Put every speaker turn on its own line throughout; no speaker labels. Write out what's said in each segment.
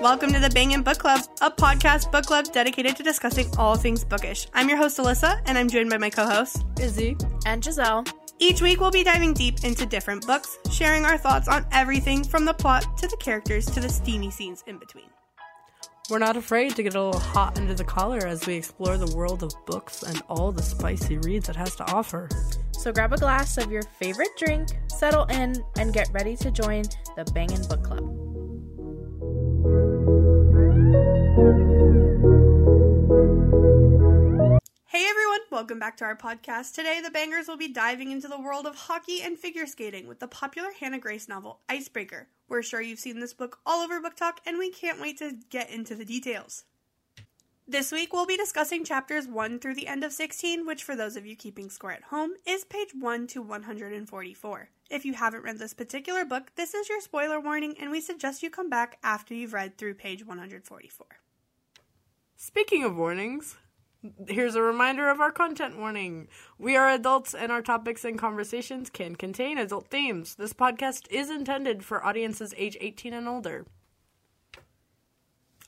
Welcome to the Bangin' Book Club, a podcast book club dedicated to discussing all things bookish. I'm your host, Alyssa, and I'm joined by my co host,
Izzy and Giselle.
Each week, we'll be diving deep into different books, sharing our thoughts on everything from the plot to the characters to the steamy scenes in between.
We're not afraid to get a little hot under the collar as we explore the world of books and all the spicy reads it has to offer.
So grab a glass of your favorite drink, settle in, and get ready to join the Bangin' Book Club.
Hey everyone, welcome back to our podcast. Today, the Bangers will be diving into the world of hockey and figure skating with the popular Hannah Grace novel, Icebreaker. We're sure you've seen this book all over Book Talk, and we can't wait to get into the details. This week, we'll be discussing chapters 1 through the end of 16, which, for those of you keeping score at home, is page 1 to 144. If you haven't read this particular book, this is your spoiler warning, and we suggest you come back after you've read through page 144.
Speaking of warnings, here's a reminder of our content warning. We are adults, and our topics and conversations can contain adult themes. This podcast is intended for audiences age 18 and older.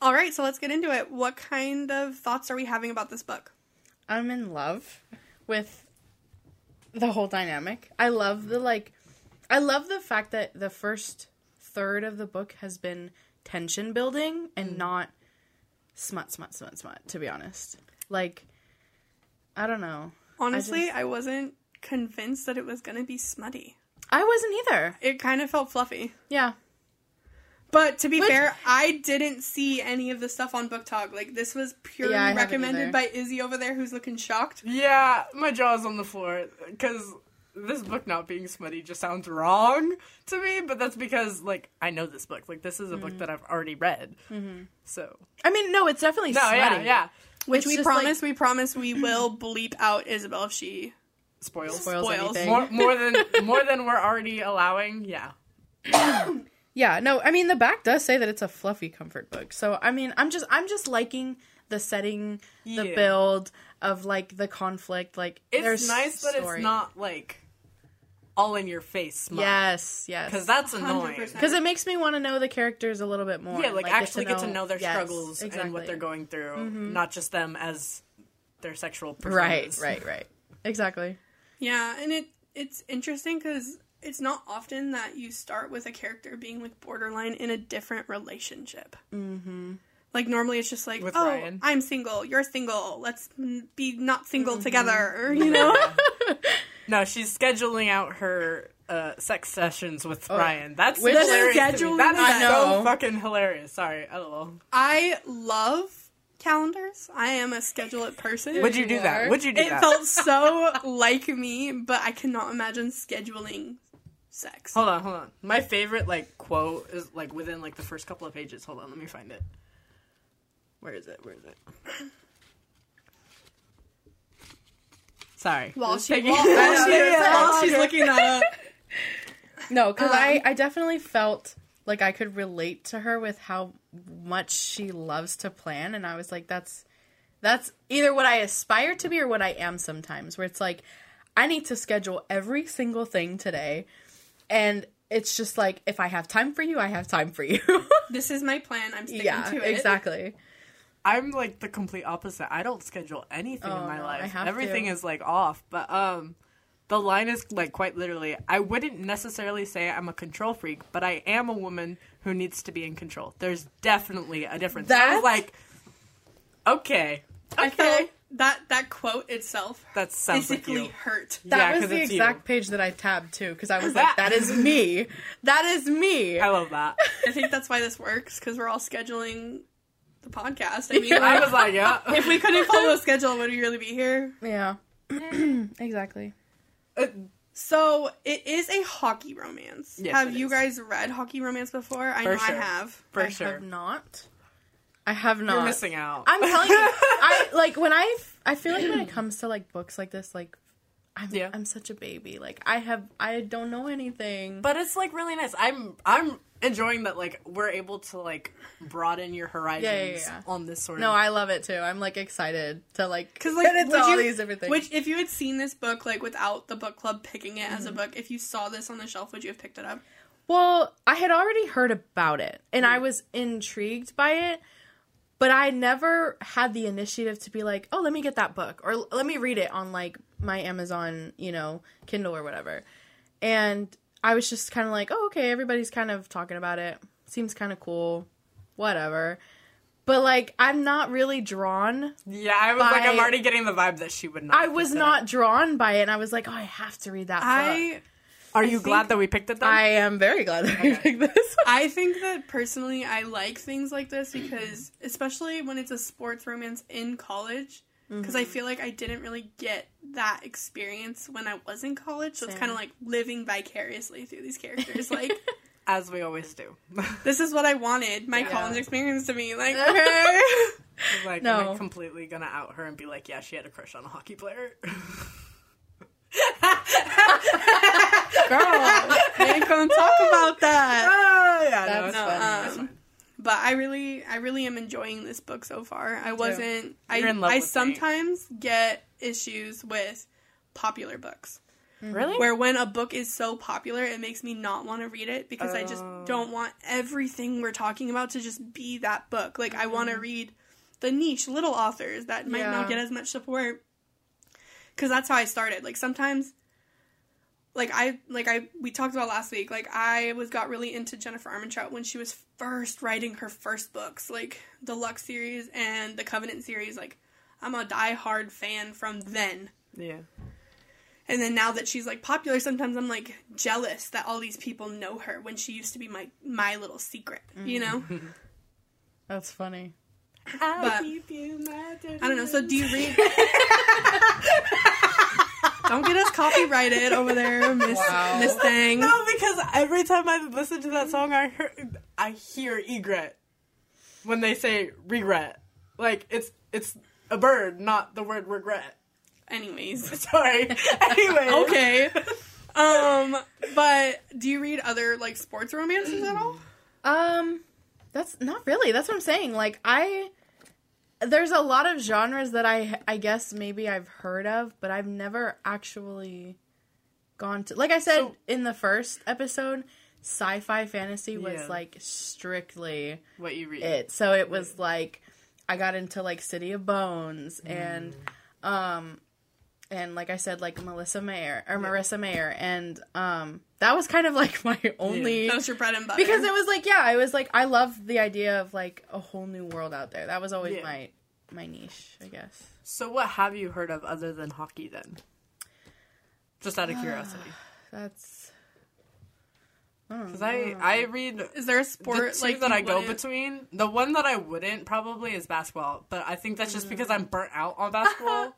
All right, so let's get into it. What kind of thoughts are we having about this book?
I'm in love with the whole dynamic. I love the like I love the fact that the first third of the book has been tension building and not smut smut smut smut to be honest. Like I don't know.
Honestly, I, wasn't convinced that it was going to be smutty.
I wasn't either.
It kind of felt fluffy.
Yeah.
But to be
Which-
fair, I didn't see any of the stuff on Book Talk. Like this was purely
Yeah, I haven't
recommended
either.
by Izzy over there, who's looking shocked.
Yeah, my jaw's on the floor because this book not being smutty just sounds wrong to me, but that's because, like, I know this book. Like, this is a book that I've already read. So,
I mean, no, it's definitely
no, yeah,
smutty.
yeah.
Which
It's
we
just, like-
promise, we promise, we will bleep out Isabel if she
Spoils.
Spoils
Spoils.
anything.
more, more than more than we're already allowing. Yeah.
Yeah, no, I mean the back does say that it's a fluffy comfort book. So I mean, I'm just I'm just liking the setting, the
Yeah.
build of like the conflict. Like
It's
there's
nice that
story.
it's not like all in your face smile.
Yes, yes.
Because that's annoying.
100%.
Because it makes me want to know the characters a little bit more.
Yeah,
and,
like, actually get to know, their
Yes,
struggles and what
exactly.
they're going through, not just them as their sexual
Right,
personas.
right, right. Exactly.
Yeah, and it it's interesting because it's not often that you start with a character being like borderline in a different relationship. Mm-hmm. Like normally, it's just like,
With
oh,
Ryan.
I'm single, you're single, let's n- be not single together, or, you know.
No, she's scheduling out her uh, sex sessions with Ryan. That's
Which-
hilarious. to me.
Scheduling
That is
that.
so
No.
fucking hilarious. Sorry, lol.
I love calendars. I am a schedule it person.
Would you do that?
are.
Would you do
it
that?
felt so like me, but I cannot imagine scheduling sex.
hold on, hold on. My favorite like quote is like within like the first couple of pages. Hold on, let me find it. Where is it? Where is it? Sorry.
While
Just
she-
taking-
while- while she-
While
while
she's
she-
looking that up.
No, because I,
Um,
I definitely felt like I could relate to her with how much she loves to plan, and I was like, that's that's either what I aspire to be or what I am sometimes, where it's like I need to schedule every single thing today, and it's just like if I have time for you, I have time for you.
This is my plan. I'm sticking
yeah,
to it.
exactly.
I'm like the complete opposite. I don't schedule anything in
Oh,
my
no,
life.
I have
Everything
to.
is like off. But um the line is like quite literally, I wouldn't necessarily say I'm a control freak, but I am a woman who needs to be in control. There's definitely a difference. I was
That-
like okay.
I felt
Okay.
that that quote itself
That sounds like
physically
you.
hurt.
That
Yeah,
was
'cause
the
it's you.
exact page that I tabbed too, because I was
That-
like, that is me. That is me.
I love that.
I think that's why this works because we're all scheduling the podcast. I mean,
I
like,
was like, yeah.
if we couldn't follow a schedule, would we really be here?
Yeah. exactly.
So it is a hockey romance.
Yes,
have
it
you
is.
guys read hockey romance before? I
For
know
sure.
I have.
For
I
sure.
have not. I have not.
You're missing out.
I'm telling you, I like when I. I feel like when it comes to like books like this, like I'm
Yeah.
I'm such a baby. Like I have I don't know anything.
but it's like really nice. I'm I'm enjoying that like we're able to like broaden your horizons
yeah.
on this sort
no,
of
I love it too. I'm like excited to like
Because like,
it's
would
all
you-
these different things.
Which, if you had seen this book like without the book club picking it as a book, if you saw this on the shelf, would you have picked it up?
Well, I had already heard about it and I was intrigued by it, but I never had the initiative to be like, oh, let me get that book or "L- let me read it on like my Amazon, you know, Kindle or whatever. And I was just kind of like, oh, okay, everybody's kind of talking about it. Seems kind of cool. Whatever. But like, I'm not really drawn
Yeah, I was like, I'm
By-
already getting the vibe that she would not.
I was not drawn by it, and I was like, "Oh, I have to read that." book.
I
Are you glad that we picked it? Then?
I am very glad that we picked this.
I think that personally I like things like this because especially when it's a sports romance in college because I feel like I didn't really get that experience when I was in college so it's
Same.
kind of like living vicariously through these characters like
as we always do.
this is what I wanted my
Yeah.
college experience to be like okay
like,
No.
am I completely gonna out her and be like, yeah, she had a crush on a hockey player?
girl.
ain't gonna talk about that
Ah, yeah, no,
That's
it's
no,
fine.
um,
It's fine.
but I really I really am enjoying this book so far. I wasn't I
You're in love
I
with me.
sometimes get issues with popular books
Really?
where when a book is so popular it makes me not want to read it because I just
Oh.
don't want everything we're talking about to just be that book. Like I want to
Mm-hmm.
read the niche little authors that might
Yeah.
not get as much support. Cuz that's how I started. Like sometimes like I like I we talked about last week. Like I was got really into Jennifer Armentrout when she was first writing her first books, like the Lux series and the Covenant series. Like I'm a diehard fan from then.
yeah.
And then now that she's like popular, sometimes I'm like jealous that all these people know her when she used to be my my little secret, you know?
That's funny.
I'll
But-
keep you my
I don't know. So do you read? don't get us copyrighted over there, Miss
Wow.
Miss Thing.
No, because every time I listen to that song, I hear I hear egret when they say regret. Like it's it's a bird, not the word regret.
Anyways,
Sorry. anyway.
okay. Um, but do you read other like sports romances at all?
Mm.
Um, that's not really. That's what I'm saying. Like I, there's a lot of genres that I I guess maybe I've heard of, but I've never actually gone to. Like I said
So-
in the first episode, sci-fi fantasy was
Yeah.
like strictly
What you read?
it. So it was like I got into like City of Bones
Mm.
and um and like I said like Melissa Mayer or Marissa Mayer and um that was kind of like my only
That was your bread and butter.
because it was like yeah, I was like I love the idea of like a whole new world out there. That was always
Yeah.
my my niche, I guess.
So what have you heard of other than hockey then? Just out of curiosity,
That's
because I I read
is there a
the
sport
two
like
that
you
I go
wouldn't-
between. The one that I wouldn't probably is basketball, but I think
Mm.
that's just because I'm burnt out on basketball.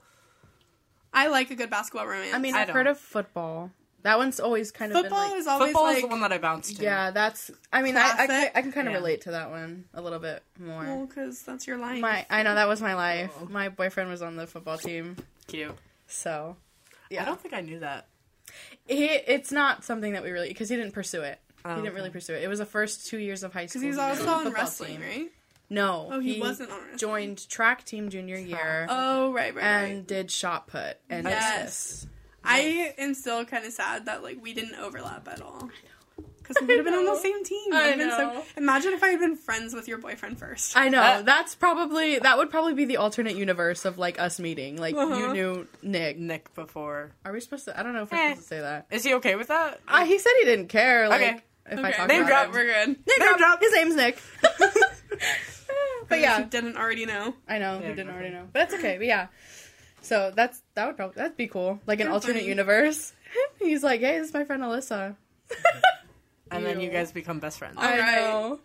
I like a good basketball romance.
I mean,
I
I've heard
don't.
of football. That one's always kind of
football
been like,
is always
Football
like
is the one that I bounced to.
yeah, that's I mean, I, I,
Classic.
I can kind of
Yeah.
relate to that one a little bit more.
because that's your line.
My, I know that was my life.
Oh.
My boyfriend was on the football team,
cute.
so
I don't think I knew that.
he, it's not something that we really because he didn't pursue it.
Oh,
he didn't really pursue it. It was the first two years of high school.
Because he's
he was
also
the
on
football
wrestling,
team.
right?
No,
Oh, he wasn't on wrestling.
Joined track team junior year
Oh, right, right.
and
right.
did shot put and
Yes.
yes.
I am still kind of sad that like we didn't overlap at all. Because we would have been on the
know.
same team.
I
Would've been so-
know.
imagine if I had been friends with your boyfriend first.
I know
That-
that's probably that would probably be the alternate universe of like us meeting. Like
Uh-huh.
you knew Nick.
Nick before.
Are we supposed to? I don't know if we're
Eh.
supposed to say that.
Is he okay with that?
Uh, he said he didn't care. Like
Okay.
if I
Okay,
talk
Name
about
drop.
it.
We're good.
Nick
Name
drop.
drop.
His name's Nick. but
yeah,
yeah,
you didn't already know.
I know
Yeah,
who didn't already
exactly.
know, but that's okay. But yeah, so that's that would probably that'd be cool, like an
You're
alternate
funny.
universe. He's like, hey, this is my friend Alyssa.
And then you
Ew.
guys become best friends.
All
I
right.
know.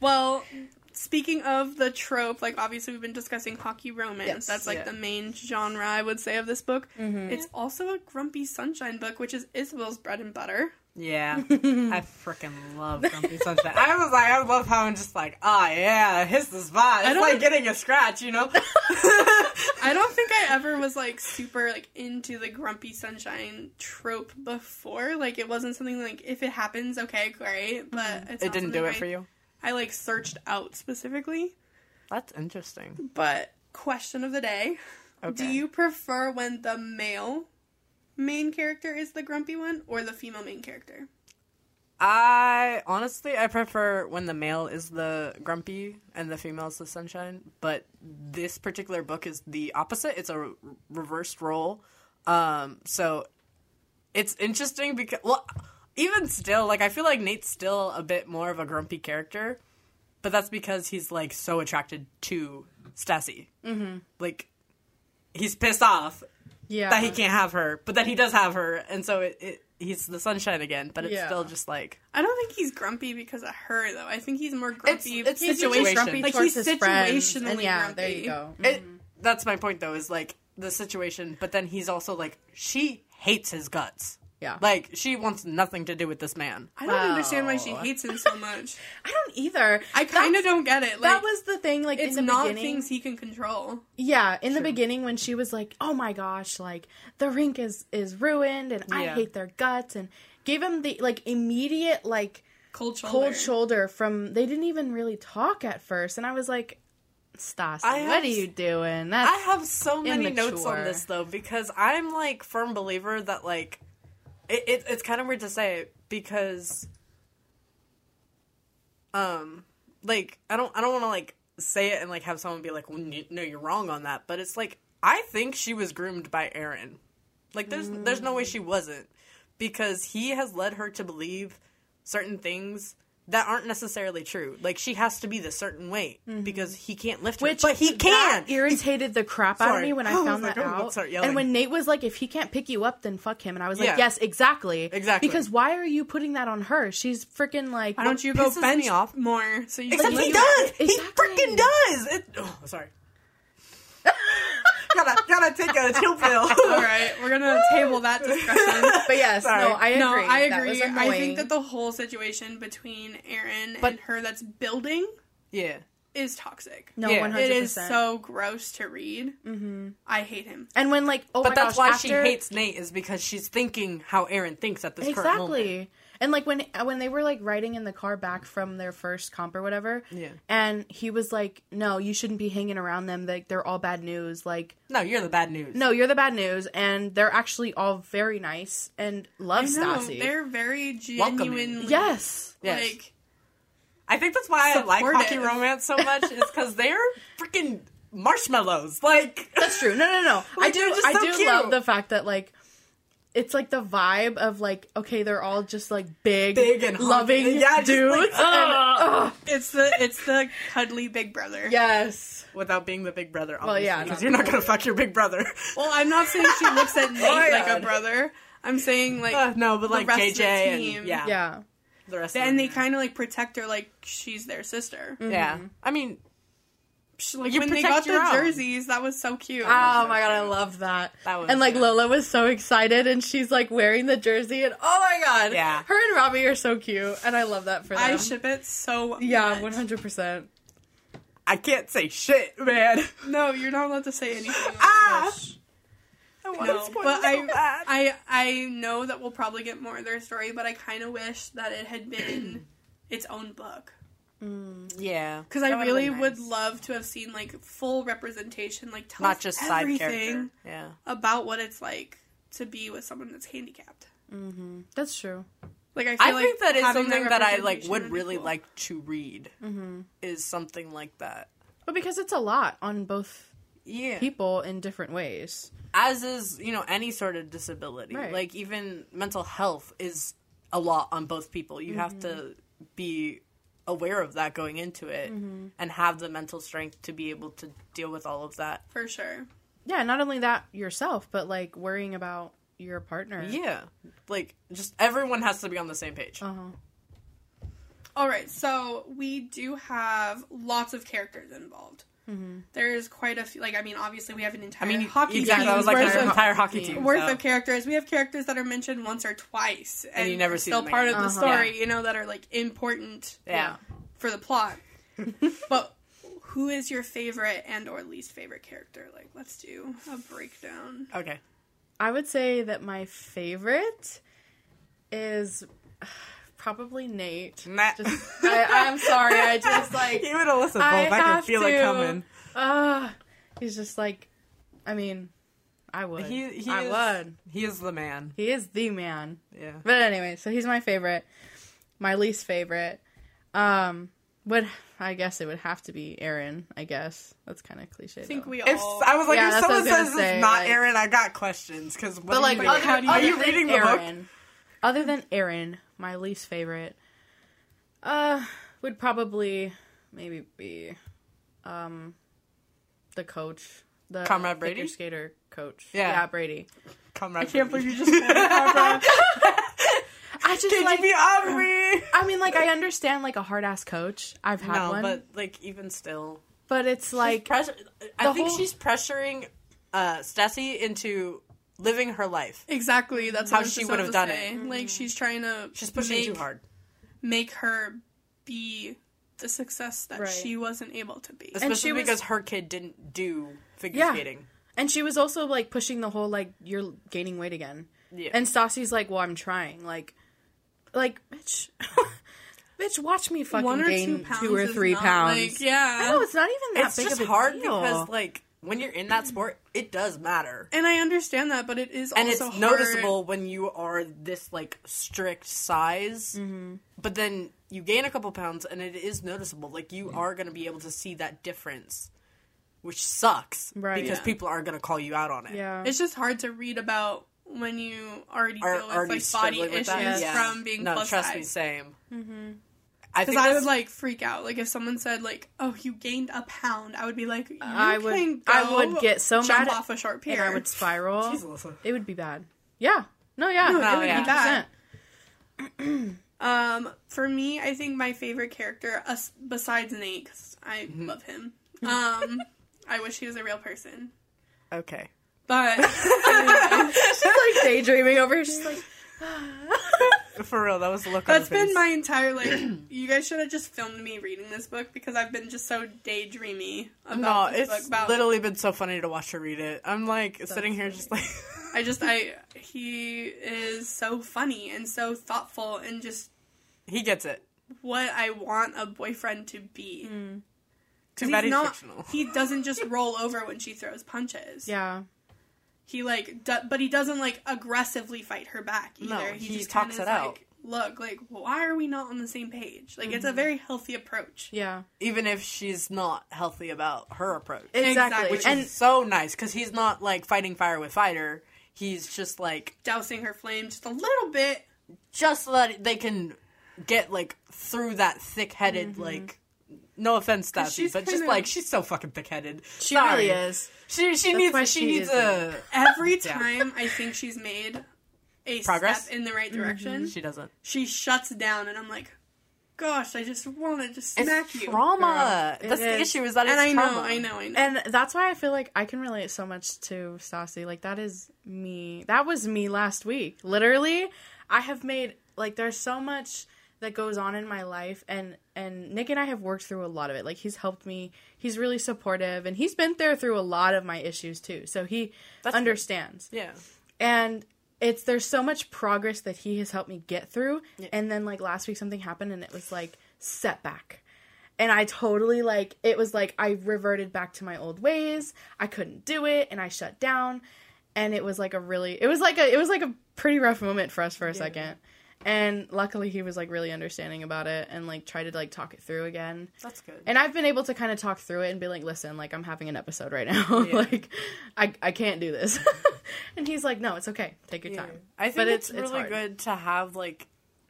Well, speaking of the trope, like obviously we've been discussing hockey romance.
Yes. Mm-hmm.
That's like
Yeah.
the main genre I would say of this book. It's also a Grumpy Sunshine book, which is Isabel's bread and butter.
Yeah. I freaking love Grumpy Sunshine. I was like, I love how I'm just like, ah, yeah, hits the spot. It's
don't-
like getting a scratch, you know?
I don't think I ever was like super like into the grumpy sunshine trope before. Like it wasn't something like if it happens, okay, great. But it's
Mm-hmm. it
not
didn't
something
do it
I-
for you.
I like searched out specifically.
That's interesting.
But question of the day:
Okay.
Do you prefer when the male main character is the grumpy one or the female main character?
I honestly I prefer when the male is the grumpy and the female is the sunshine, but this particular book is the opposite. It's a re- reversed role. Um so it's interesting because well even still like I feel like Nate's still a bit more of a grumpy character, but that's because he's like so attracted to Stassi. Mm-hmm. Like he's pissed off
Yeah.
that he can't have her, but then he does have her, and so it, it he's the sunshine again. But it's
Yeah.
still just like
I don't think he's grumpy because of her though. I think he's more
It's-
grumpy.
it's
He's
situation.
just grumpy
Like,
towards
he's
his friends.
situationally
And yeah,
grumpy.
there you go.
it. That's my point though, is like the situation, but then he's also like she hates his guts.
Yeah.
like she wants nothing to do with this man.
I don't understand why she
Wow.
hates him so much.
I don't either.
I kind of don't get it. Like,
that was the thing. Like
it's
in the
not
beginning,
things he can control.
Yeah, in the beginning when she was like, "Oh my gosh, like the rink is is ruined and I
Yeah.
hate their guts," and gave him the like immediate like
Cold shoulder.
cold shoulder from they didn't even really talk at first, and I was like, "Stassi,
I have
what are
s-
you doing?" That's
I have so many notes on
immature.
this though because I'm like firm believer that like it, it it's kind of weird to say because um like I don't I don't want to like say it and like have someone be like well, n- no you're wrong on that but it's like I think she was groomed by Aaron like there's there's no way she wasn't because he has led her to believe certain things that aren't necessarily true. Like she has to be this certain way because he can't lift
Mm-hmm. which
her. But he can.
that irritated the crap out of
Sorry.
me when I
I was
found
like,
that
"Oh,
out.
start yelling."
And when Nate was like, "If he can't pick you up, then fuck him," and I was like,
Yeah.
"Yes, exactly,
Exactly.
Because why are you putting that on her? She's freaking like
Why don't you go
pisses me
bench
off-
off more? So you
Except
can
he
do
does.
it?
He
Exactly.
freaking does. It, oh, sorry. gotta gotta take a chill pill.
All right, we're gonna table that discussion.
But yes, no, I agree.
No, I
That was
agree. I
annoying.
think that the whole situation between Aaron
But-
and her that's building
yeah.
Oh
is toxic.
No,
Yeah.
one
It
hundred
is
percent.
so gross to read. Mm-hmm. I hate him.
And when like, oh
But
my
that's
gosh,
why
after,
she hates Nate is because she's thinking how Aaron thinks at this current moment.
exactly. And like when when they were like riding in the car back from their first comp or whatever,
Yeah.
And he was like, "No, you shouldn't be hanging around them. Like they're all bad news. Like
No, you're the bad news.
no, you're the bad news." And they're actually all very nice and love
No,
Stassi.
they're very
Welcoming.
genuinely
Yes,
Yes.
like
I think that's why I like hockey
Supportive.
romance so much is because they're freaking marshmallows. Like
that's true. No, no, no. I
Like,
do.
they're just
I
so
do
cute.
love the fact that like. It's like the vibe of like okay, they're all just like big,
Big and hungry.
loving
Yeah, just
dudes.
like,
and-
ugh.
ugh.
it's the it's the cuddly big brother.
yes,
without being the big brother. Obviously,
Well, yeah,
because
not
you're not gonna fuck your big brother.
Well, I'm not saying she looks at Nate like a
God.
brother. I'm saying like
Uh, no, but like
rest of the
JJ and
team.
yeah,
yeah.
the rest.
and
of
they kind of like protect her like she's their sister.
them.
Mm-hmm.
yeah. I mean,
She- like
You
when they got
protect
the
your own. Um,
jerseys, that was so cute.
Oh my god, I love that.
That was-
and like
yeah.
Lola was so excited, and she's like wearing the jersey, and oh my god,
Yeah.
Her and Robbie are so cute, and I love that for them.
I ship it so.
yeah,
much.
one hundred percent.
I can't say shit, man.
No, you're not allowed to say anything. Oh
Ah! I want
No,
spoil
but
so
I,
bad.
I, I know that we'll probably get more of their story, but I kind of wish that it had been its own book
yeah,
because I really would love to have seen like full representation, like tell
not
us
just side character.
everything
Yeah,
about what it's like to be with someone that's handicapped.
That's true.
Like I, feel
I
like
think that is
having
something that I like
representation
would
be
really
cool. Mm-hmm.
like to read. Is something like that.
But because it's a lot on both
Yeah,
people in different ways.
as is you know any sort of disability
Right.
like even mental health is a lot on both people you have to be aware of that going into it and have the mental strength to be able to deal with all of that
for sure.
Yeah, not only that yourself, but like worrying about your partner.
yeah like just everyone has to be on the same page
Uh-huh.
All right, so we do have lots of characters involved. There is quite a few. Like, I mean, obviously, we have an
i
entire
mean
hockey
exactly
team
i was like
worth,
an
of,
entire hockey
team.
team
worth
so.
of characters. We have characters that are mentioned once or twice, and,
you never see
still
them
part
again.
of the
Uh-huh.
story.
Yeah.
You know, that are like important
yeah
for the plot. but who is your favorite and or least favorite character? Like, let's do a breakdown.
okay
I would say that my favorite is probably Nate.
Nah.
Just, I, I'm sorry. I just like
Give it a listen,
I
Bob. I can
have
feel
to.
it coming.
Ah, he's just like, I mean, I would.
He, he
I
is,
would.
He is the man.
He is the man.
Yeah.
But anyway, so he's my favorite. my least favorite. Um, would I guess it would have to be Aaron. I guess that's kind of cliche.
I think
though.
we all.
If I was like,
Yeah,
if
that's what I
someone
was gonna
says
say,
it's not
like-
Aaron, I got questions because.
But like,
you
other,
doing?
other
are you
than
reading the book?
Aaron, Other than Aaron, my least favorite, uh, would probably maybe be, um, the coach, the
Conrad
figure
Brady?
skater coach.
Yeah.
Brady.
Come right.
can't believe you just pulled it out, bro.
I just
Did
like.
you be Aubrey?
I mean, like I understand like a hard ass coach. I've had
No,
one, but,
but like even still,
it's
like
like
pressure. I
the
think
whole-
she's pressuring uh, Stassi into living her life.
Exactly. That's
How
what I was
she
just
would've
about to
done
say.
it.
Like she's trying to
She's pushing
make,
too hard.
make her be the success that
Right.
she wasn't able to be.
she
Especially
was-
because her kid didn't do figure
Yeah.
skating.
And she was also like pushing the whole like you're gaining weight again.
Yeah.
And Stassi's like, "Well, I'm trying." Like, like bitch, bitch, watch me fucking gain two, or
is
three
not,
pounds.
Like, yeah.
No, it's not even that
It's
big
just
of a
hard
deal.
because like when you're in that sport, it does matter.
and I understand that, but it is
And it's
also hard.
noticeable when you are this like strict size,
Mm-hmm.
but then you gain a couple pounds, and it is noticeable. Like you are going to be able to see that difference, which sucks,
Right.
Because
Yeah.
people are going to call you out on it.
yeah,
It's just hard to read about when you already
Are
deal
already
with like body
struggling
issues
with that. Yeah.
from being
no,
plus
trust me,
size.
same. I
Because
think
Mm-hmm. I
that's-
would like freak out. Like if someone said like, "Oh, you gained a pound," I would be like, you
I would-
can
I
go
would get so
jump
mad at-
off a sharp
and
pier."
I would spiral.
Jeez, Alyssa.
It would be bad. Yeah. No. Yeah.
No, it
it would
would
yeah.
be
be bad.
bad.
Um, for me, I think my favorite character, us besides Nate, because I
Mm-hmm.
love him. Um, I wish he was a real person,
okay.
but
She's like daydreaming over here. She's like,
For real, that was the look.
that's
on her
been
face.
my entire life. you guys should have just filmed me reading this book because I've been just so daydreamy
No,
about this book.
it's
About
literally been so funny to watch her read it. I'm like sitting here just like
I just I he is so funny and so thoughtful and just
he gets it.
what I want a boyfriend to be.
Mm. Too
He's
bad he's
not-
fictional.
He doesn't just roll over when she throws punches.
yeah.
He like, do- but he doesn't like aggressively fight her back either.
No,
he,
he
just
talks
kinda
it
is
out.
Like, Look, like, why are we not on the same page? Like, it's
Mm-hmm.
a very healthy approach.
Yeah.
Even if she's not healthy about her approach,
Exactly.
Exactly.
which
And
is so nice because he's not like fighting fire with fire. He's just like
Dousing her flame just a little bit.
just so that they can get like through that thick-headed
Mm-hmm.
like. No offense, Stassi,
she's
but just
kinda-
like she's so fucking thick-headed.
she
Sorry.
really is.
She she
That's why
needs she,
she
needs
is
a.
Every
Yeah.
time I think she's made a
Progress? Mm-hmm.
step in the right direction,
She doesn't.
she shuts down, and I'm like, gosh, I just want to just smack you.
trauma.
Girl,
That's
it
the
is.
issue. Is that
And
it's
I know,
trauma.
I know, I know.
And that's why I feel like I can relate so much to Stassi. Like that is me. That was me last week. Literally, I have made like there's so much that goes on in my life and and Nick and I have worked through a lot of it. Like he's helped me. He's really supportive and he's been there through a lot of my issues too. So he understands.
Yeah.
And it's there's so much progress that he has helped me get through. And then like last week something happened and it was like setback and I totally like it was like I reverted back to my old ways. I couldn't do it and I shut down and it was like a really it was like a it was like a pretty rough moment for us for a second. And luckily he was like really understanding about it and like tried to like talk it through again.
That's good.
And I've been able to kind of talk through it and be like, "Listen, like I'm having an episode right now. like I I can't do this." and he's like, "No, it's okay. Take your time."
I think
But
it's,
it's- it's
really
hard.
good to have like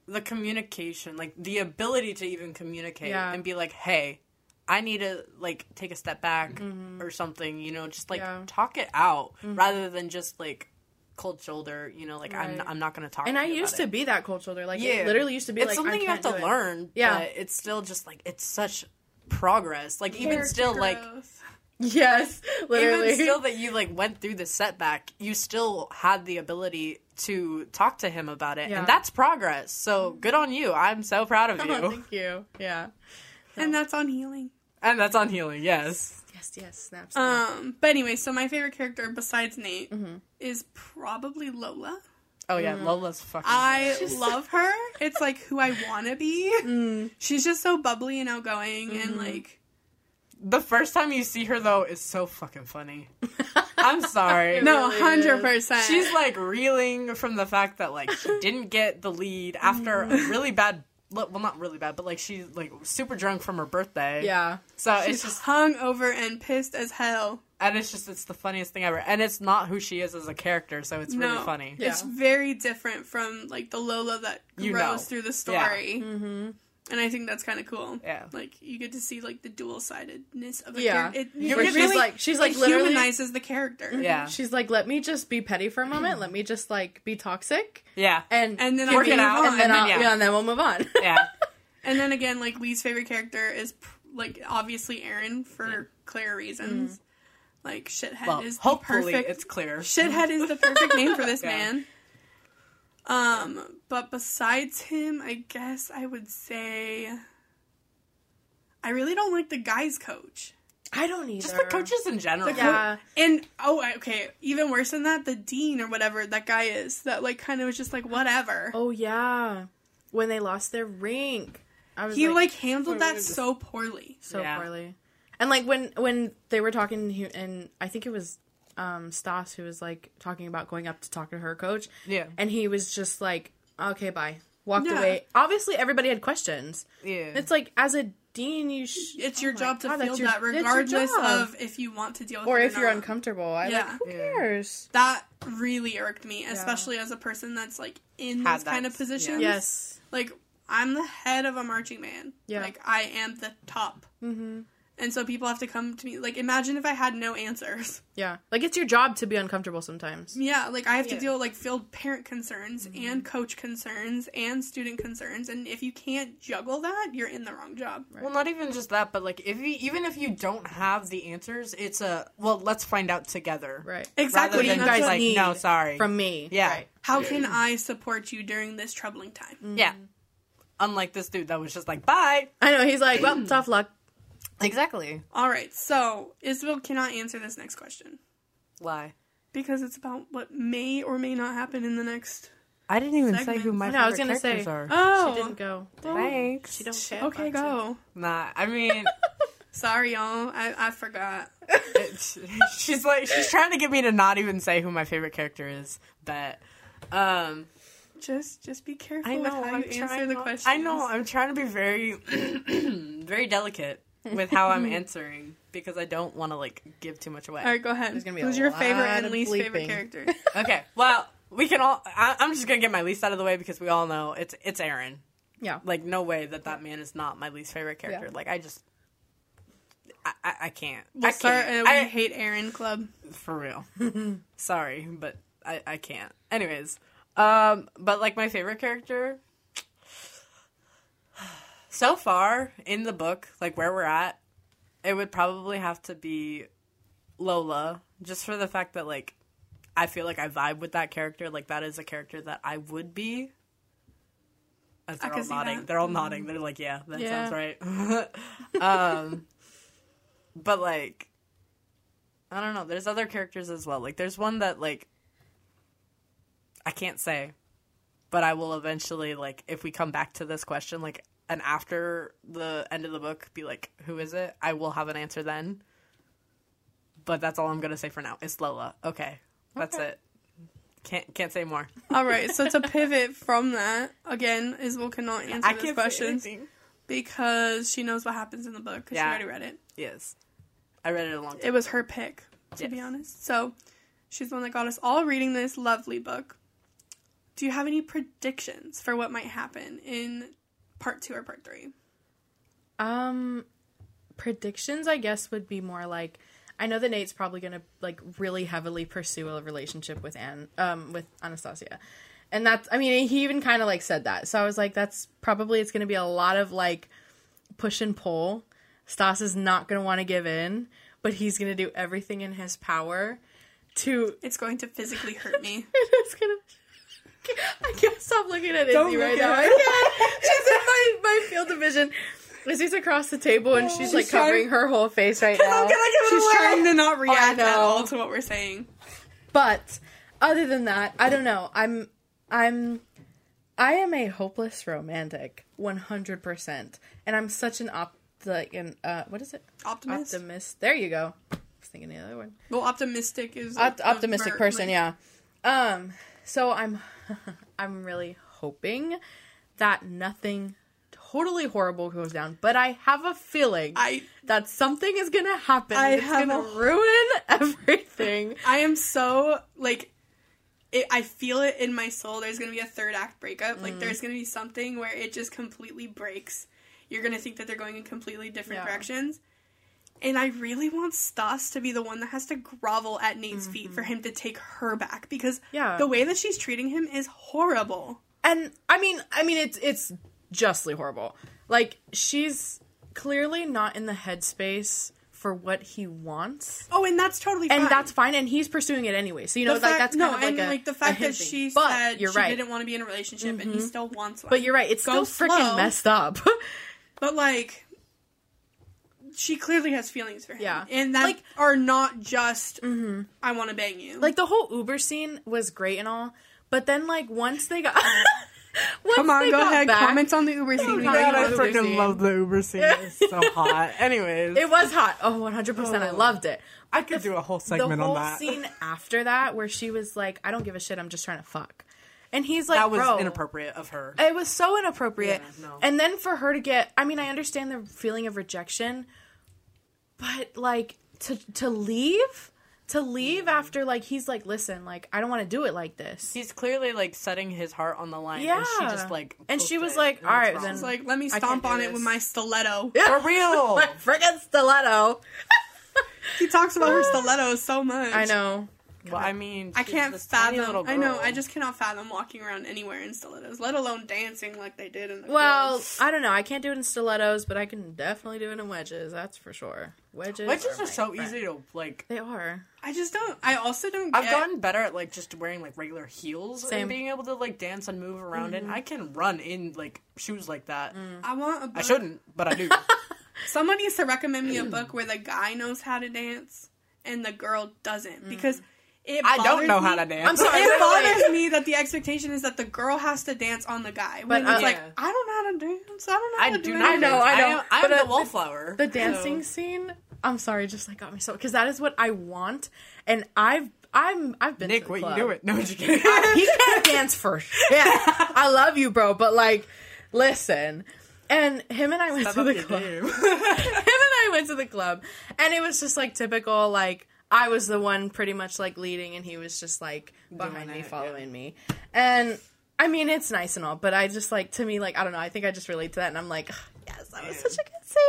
the communication, like the ability to even communicate
Yeah.
and be like, "Hey, I need to like take a step back or something," you know, just like
Mm-hmm. Yeah. Mm-hmm.
talk it out rather than just like cold shoulder, you know, like I'm
Right.
I'm not going to talk.
And
to
I
you about
used to
it.
be that cold shoulder. Like it literally used to be
it's
like
something
I
you have
can't
to
do it.
learn.
Yeah.
but it's still just like it's such progress. Like even
Character
still like
growth.
Yes, literally.
even still that you like went through the setback you still had the ability to talk to him about it
Yeah.
and that's progress so good on you i'm so proud of
Oh,
you
thank you. Yeah.
and that's on healing.
and that's on healing yes
Yes, yes, snap,
Um, but anyway, so my favorite character besides Nate
Mm-hmm.
is probably Lola.
oh yeah lola's fucking
I love her. It's like who I want to be. She's just so bubbly and outgoing, and like
the first time you see her though is so fucking funny i'm sorry
no,
really
hundred percent.
she's like reeling from the fact that like she didn't get the lead after a really bad well, not really bad, but like she's like super drunk from her birthday.
Yeah.
So it's
She's
just
hung over and pissed as hell.
and it's just it's the funniest thing ever, and it's not who she is as a character, so it's
no,
really funny.
It's
Yeah.
very different from like the Lola that
You
grows
know.
through the
Yeah.
story, mm-hmm. and I think that's kind of cool.
Yeah.
like you get to see like the dual sidedness of a
Yeah.
character. It,
You
it
get-
she's
really
like she's like
it
literally
humanizes the character.
Yeah,
she's like let me just be petty for a moment. Let me just like be toxic
yeah,
and
And then
give
I'll
me-
move on.
and then,
And
then,
I'll-
yeah.
yeah, and then we'll move on.
yeah,
And then again, like Lee's favorite character is p- like obviously Aaron for clear reasons. Like shithead
Mm-hmm. Well,
is the
hopefully
perfect.
it's clear.
shithead is the perfect name for this
Yeah.
man. Um, but besides him, I guess I would say I really don't like the guys' coach.
I don't either.
Just the coaches in general.
Yeah.
And oh, I- okay, even worse than that, the dean or whatever that guy is that like kind of was just like whatever.
Oh yeah. When they lost their rink, I was
he
like
like handled that
just-
so poorly.
so
Yeah.
poorly. And like when when they were talking, he- and I think it was um Stas who was like talking about going up to talk to her coach.
Yeah.
and he was just like, "Okay, bye." Walked
Yeah.
away. Obviously, everybody had questions.
Yeah.
It's like as a dean, you sh-
It's your
Oh my
job to
God, that's
field
your-
that,
that's your
regardless
job.
of if you want to deal with
or
it
if you're
not.
uncomfortable. I
Yeah.
like who
Yeah.
cares?
That really irked me, especially as a person that's like in
Had
those kind
that,
of
yeah.
positions.
Yes.
like I'm the head of a marching band.
Yeah.
Like I am the top. Mm-hmm. And so people have to come to me. Like imagine if I had no answers.
Yeah. Like it's your job to be uncomfortable sometimes.
Yeah. Like I have to
Yeah.
deal with, like field parent concerns
Mm-hmm.
and coach concerns and student concerns. And if you can't juggle that, you're in the wrong job.
Well, not even just that, but like if you, even if you don't have the answers, it's a well, let's find out together.
Right.
Exactly.
Rather
What do you
than
That's
guys
what-
like,
need
no, sorry.
From me.
Yeah.
Right.
How can I support you during this troubling time?
yeah. Unlike this dude that was just like, bye.
I know. He's like, well, tough luck.
Exactly.
All right. So Isabel cannot answer this next question
Why?
because it's about what may or may not happen in the next.
I didn't even
say who my
No, I was gonna say.
Oh.
She didn't go.
Thanks.
She don't care.
Okay, go.
Nah, I mean,
Sorry, y'all. I, I forgot.
it's, she's like she's trying to get me to not even say who my favorite character is, but um,
Just just be careful
I know
with how
I'm
you answer
trying
the
not-
questions.
I know I'm trying to be very, very delicate with how I'm answering because I don't want to like give too much away.
All right, go ahead.
gonna be
Who's
a
your favorite
lot
and
of
least favorite
bleeping.
character?
Okay, well we can all. I, I'm just gonna get my least out of the way because we all know it's it's Aaron.
Yeah.
Like no way that that man is not my least favorite character.
Yeah.
Like I just. I, I, I can't. I
We'll
can't.
start a We
I-
Hate Aaron Club.
for real. Sorry, but I, I can't. Anyways, um, but like my favorite character so far in the book, like where we're at, it would probably have to be Lola, just for the fact that like I feel like I vibe with that character. Like that is a character that I would be. As
I
they're
can
all
see
nodding.
that.
They're all nodding. They're like, yeah, that
Yeah.
sounds right. um, but like, I don't know. There's other characters as well. Like, there's one that like I can't say, but I will eventually like if we come back to this question like and after the end of the book be like who is it? I will have an answer then. But that's all I'm going to say for now. It's Lola. Okay. That's it. Can't can't say more.
All right, so to pivot from that, again, Isabel cannot answer these questions because she knows what happens in the book because
Yeah.
she already read it.
Yes. I read it a long time.
It was her pick, to be
Yes.
honest. So she's the one that got us all reading this lovely book. Do you have any predictions for what might happen in part two or part three?
Um, predictions, I guess, would be more like I know that Nate's probably gonna like really heavily pursue a relationship with Anne, um, with Anastasia, and that's I mean he even kind of like said that, so I was like that's probably it's gonna be a lot of like push and pull. Stas is not gonna want to give in, but he's gonna do everything in his power to.
It's going to physically hurt me.
it's gonna. I can't stop looking at Izzy
look at
right now.
her.
I can't. She's in my, my field of vision. Izzy's across the table
Oh,
and she's like covering her whole face right now.
She's trying to not react at
Oh, know.
all to what we're saying.
But other than that, I don't know. I'm I'm I am a hopeless romantic, one hundred percent, and I'm such an op like an uh what is it
Optimist.
optimist. There you go. I was thinking the other one.
well, optimistic is
Opt-
a
optimistic
verb,
person,
like-
yeah. Um, so I'm, I'm really hoping that nothing totally horrible goes down, but I have a feeling
I-
that something is going to happen.
I
that's
have
going to
a-
ruin everything.
I am so like, it, I feel it in my soul. There's gonna be a third act breakup. Like
Mm.
there's gonna be something where it just completely breaks. You're gonna think that they're going in completely different
Yeah.
directions. And I really want Stas to be the one that has to grovel at Nate's feet for him to take her back because
Mm-hmm. Yeah.
the way that she's treating him is horrible.
and I mean, I mean, it's it's justly horrible. Like she's clearly not in the headspace for what he wants,
Oh, and that's totally
and
fine.
that's fine. And he's pursuing it anyway. So you know,
the
like
fact-
that's kind
no,
of like
and
a,
like the
a
fact
him
that
thing.
she
But
said
you're
she
right. Mm-hmm.
didn't want to be in a relationship and he still wants one.
But you're right. It's
Go
still freaking
slow.
messed up.
But like, she clearly has feelings for him.
Yeah.
and that
Like-
are not just
mm-hmm.
I want to bang you.
like the whole Uber scene was great and all, but then like once they got. once
come on,
they
go
got
ahead.
back-
Comments on the Uber scene.
no,
God,
you
I
love the Uber
freaking
scene.
love the Uber scene. It's so hot. Anyways,
It was hot. Oh, 100%. I loved it.
I could do a whole segment
the whole
on that.
scene after that where she was like, I don't give a shit. I'm just trying to fuck. And he's like,
that was
Bro,
inappropriate of her.
It was so inappropriate.
Yeah, no.
And then for her to get, I mean, I understand the feeling of rejection, but like to to leave, to leave after like he's like, listen, like I don't want to do it like this.
He's clearly like setting his heart on the line.
yeah.
and she just like,
and she
poked
was
it,
like,
and
all
it's
right,
wrong.
then
It's like let me
I can't
stomp
do
on it
this.
with my stiletto.
for real.
my friggin' stiletto.
He talks about her stiletto so much.
I know.
well, I mean,
I
she's
can't
this tiny
fathom.
little
I know.
girl.
I just cannot fathom walking around anywhere in stilettos, let alone dancing like they did in the.
Well,
girls.
I don't know. I can't do it in stilettos, but I can definitely do it in wedges. That's for sure. Wedges.
wedges
my
are so
friend.
easy to like.
They are.
I just don't. I also don't.
I've
get-
gotten better at like just wearing like regular heels
Same.
and being able to like dance and move around, and I can run in like shoes like that.
I want a book.
I shouldn't, Mm. but I do.
Someone needs to recommend me a book where the guy knows how to dance and the girl doesn't because it.
Mm. I don't
bothers
know how
me-
to dance.
I'm sorry.
It
Really?
bothers me that the expectation is that the girl has to dance on the guy. When
But,
it's
uh,
like
Yeah.
I don't know how to dance. I don't know how
I
to
do
do
not.
anything.
know,
dance.
I
I
know.
am, I am
But, uh,
the wallflower.
The dancing
So-
scene. I'm sorry, just like got me so because that is what I want, and I've I'm I've been to
Nick,
the
what
club.
you doing? No, I'm just kidding.
He can't dance for shit. I love you, bro, but like, listen. And him and I went to the club. him and I went to the club, and it was just like typical. Like I was the one pretty much like leading, and he was just like behind me,
it, yeah.
following me. And I mean, it's nice and all, but I just like to me, like I don't know. I think I just relate to that, and I'm like, yes, that was such a good scene.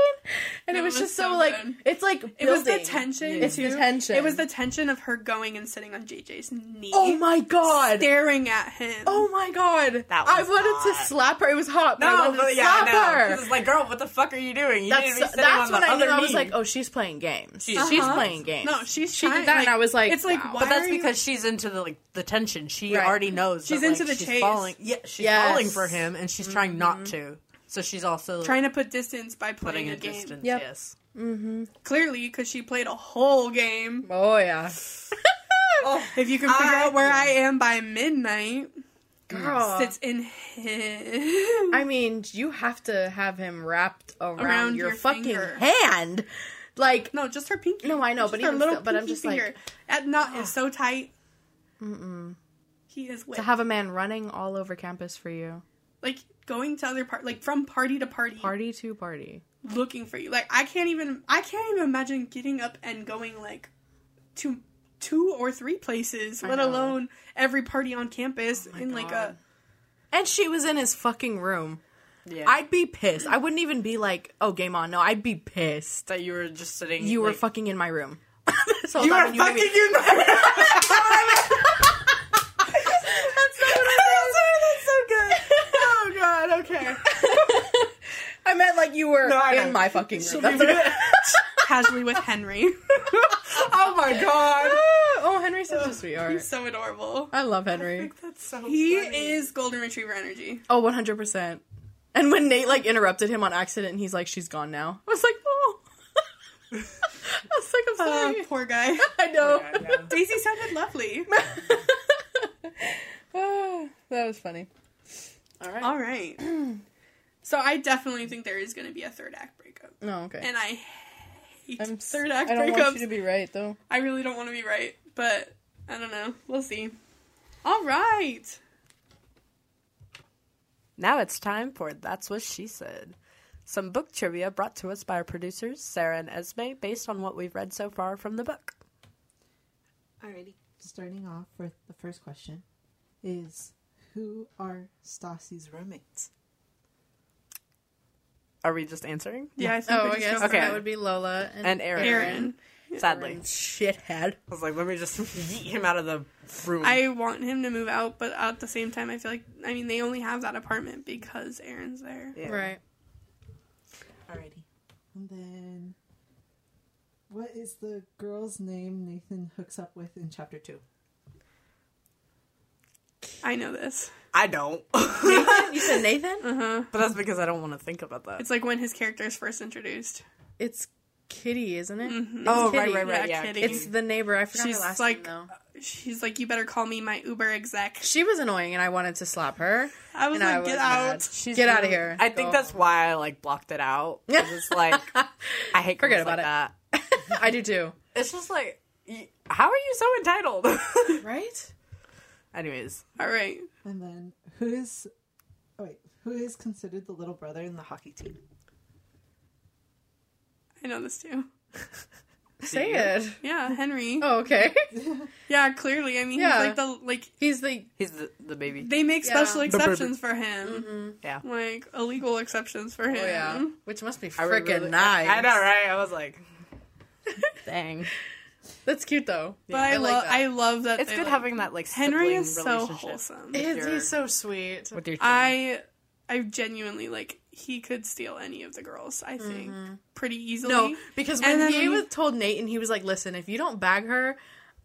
And it,
It
was,
was
just so,
so
like
good.
it's like
It was the
building.
tension.
It's the
too.
tension.
It was the tension of her going and sitting on JJ's knee.
oh my god.
Staring at him.
Oh my god!
That
I
was
wanted to
hot.
slap her. It was hot, but I
No,
wanted to
but yeah,
slap
I know.
her.
It's like, girl, what the fuck are you doing? You need to
That's
be sitting
that's
on
when
the
I knew
other
I was
knee.
like, oh, she's playing games. She's,
Uh-huh.
playing games.
No, she's
she
trying-
did that, and
like,
I was like,
it's like,
wow.
why
But that's
are you-
because she's into the like the tension. She
Right.
already knows.
She's
that,
into
like,
the
she's
chase.
Falling. Yeah, she's
Yes.
falling for him, and she's trying not to. So she's also
trying to put distance by playing
putting
a
a
game.
distance.
Yep.
Yes.
Clearly, because she played a whole game.
Oh yeah,
If you can figure
I-
out where I am by midnight,
girl.
sits in him.
Uh. I mean, you have to have him wrapped around,
Around
your,
your
fucking
finger.
hand, like
No, just her pinky.
No, I know,
Just
but
her
even still- but I'm
pinky
just like-
that knot is so tight. Mm-mm. He is with
to have a man running all over campus for you,
like going to other part, like from party to party,
party to party.
looking for you. Like I can't even, I can't even imagine getting up and going like to two or three places, let
know. Oh
alone every party on campus in like a.
And she was in his fucking room.
Yeah.
I'd be pissed. I wouldn't even be like, oh, game on. No, I'd be pissed.
that you were just sitting.
You were
like,
fucking in my room. This whole
You
time
were
made me-
fucking in my.
oh god, okay. I meant like you were
No, I
in
know.
my fucking room. That's okay.
casually with Henry.
oh my god.
oh, Henry's such a sweetheart.
so adorable.
I love Henry.
That's so.
He is golden retriever energy.
Oh, 100%. And when Nate like interrupted him on accident and he's like, she's gone now. I was like, oh. I was like, I'm
Oh,
sorry.
poor guy.
I know.
Daisy sounded lovely.
Ah, that was funny.
All right. So I definitely think there is going to be a third act breakup,
No, okay.
and I hate
I'm s-
third act
I don't want
breakups.
you to be right though.
I really don't want to be right, but I don't know. We'll see. All right.
Now it's time for That's What She Said. Some book trivia brought to us by our producers, Sarah and Esme, based on what we've read so far from the book.
Alrighty.
Starting off with the first question is who are Stassi's roommates?
Are we just answering?
Yeah, I think
Oh,
we
I
just
guess
go
Okay.
okay.
that would be Lola and,
And Aaron.
Aaron.
Sadly.
Shithead.
I was like, let me just yeet him out of the room.
I want him to move out, but at the same time, I feel like I mean they only have that apartment because Aaron's there.
Yeah.
Right.
Alrighty. And then what is the girl's name Nathan hooks up with in chapter two?
I know this.
I don't.
You said Nathan?
Uh-huh.
But that's because I don't want to think about that.
It's like when his character is first introduced.
it's Kitty, isn't it?
Mm-hmm.
oh,
Kitty.
right, right, right.
Yeah,
Yeah.
Kitty.
It's the neighbor. I forgot
She's
her last
like-
name though.
She's like, "You better call me my Uber exec."
She was annoying, and I wanted to slap her.
I was
And I
like,
was
"Get
mad.
out!"
She's
Get out of
really-
here.
I think
Go.
that's why I like blocked it out. It's just like I hate
Forget
girls like
about it.
that.
I do too.
It's just like y- how are you so entitled?
Right?
Anyways,
All right,
And then who is oh wait, who is considered the little brother in the hockey team?
I know this too.
Say it.
Yeah, Henry.
Oh, okay.
Yeah, clearly. I mean,
Yeah.
he's like the like
He's the
he's the, the baby.
they make
Yeah.
special
The
exceptions for him,
Yeah.
like illegal exceptions for him.
oh, yeah, which must be
I would
freaking
really-
nice.
I know, right? I was like, dang.
That's cute though.
But I,
I like
love
that.
I love that
It's
they,
good
like-
having that like
Henry
sibling
is so
relationship
wholesome. Uh,
with
He's-
your-
He's so sweet.
with your
I I genuinely like he could steal any of the girls. I think pretty easily.
Mm-hmm. No, because
And
when
then
he
when
was told Nate, and he was like, "Listen, if you don't bag her,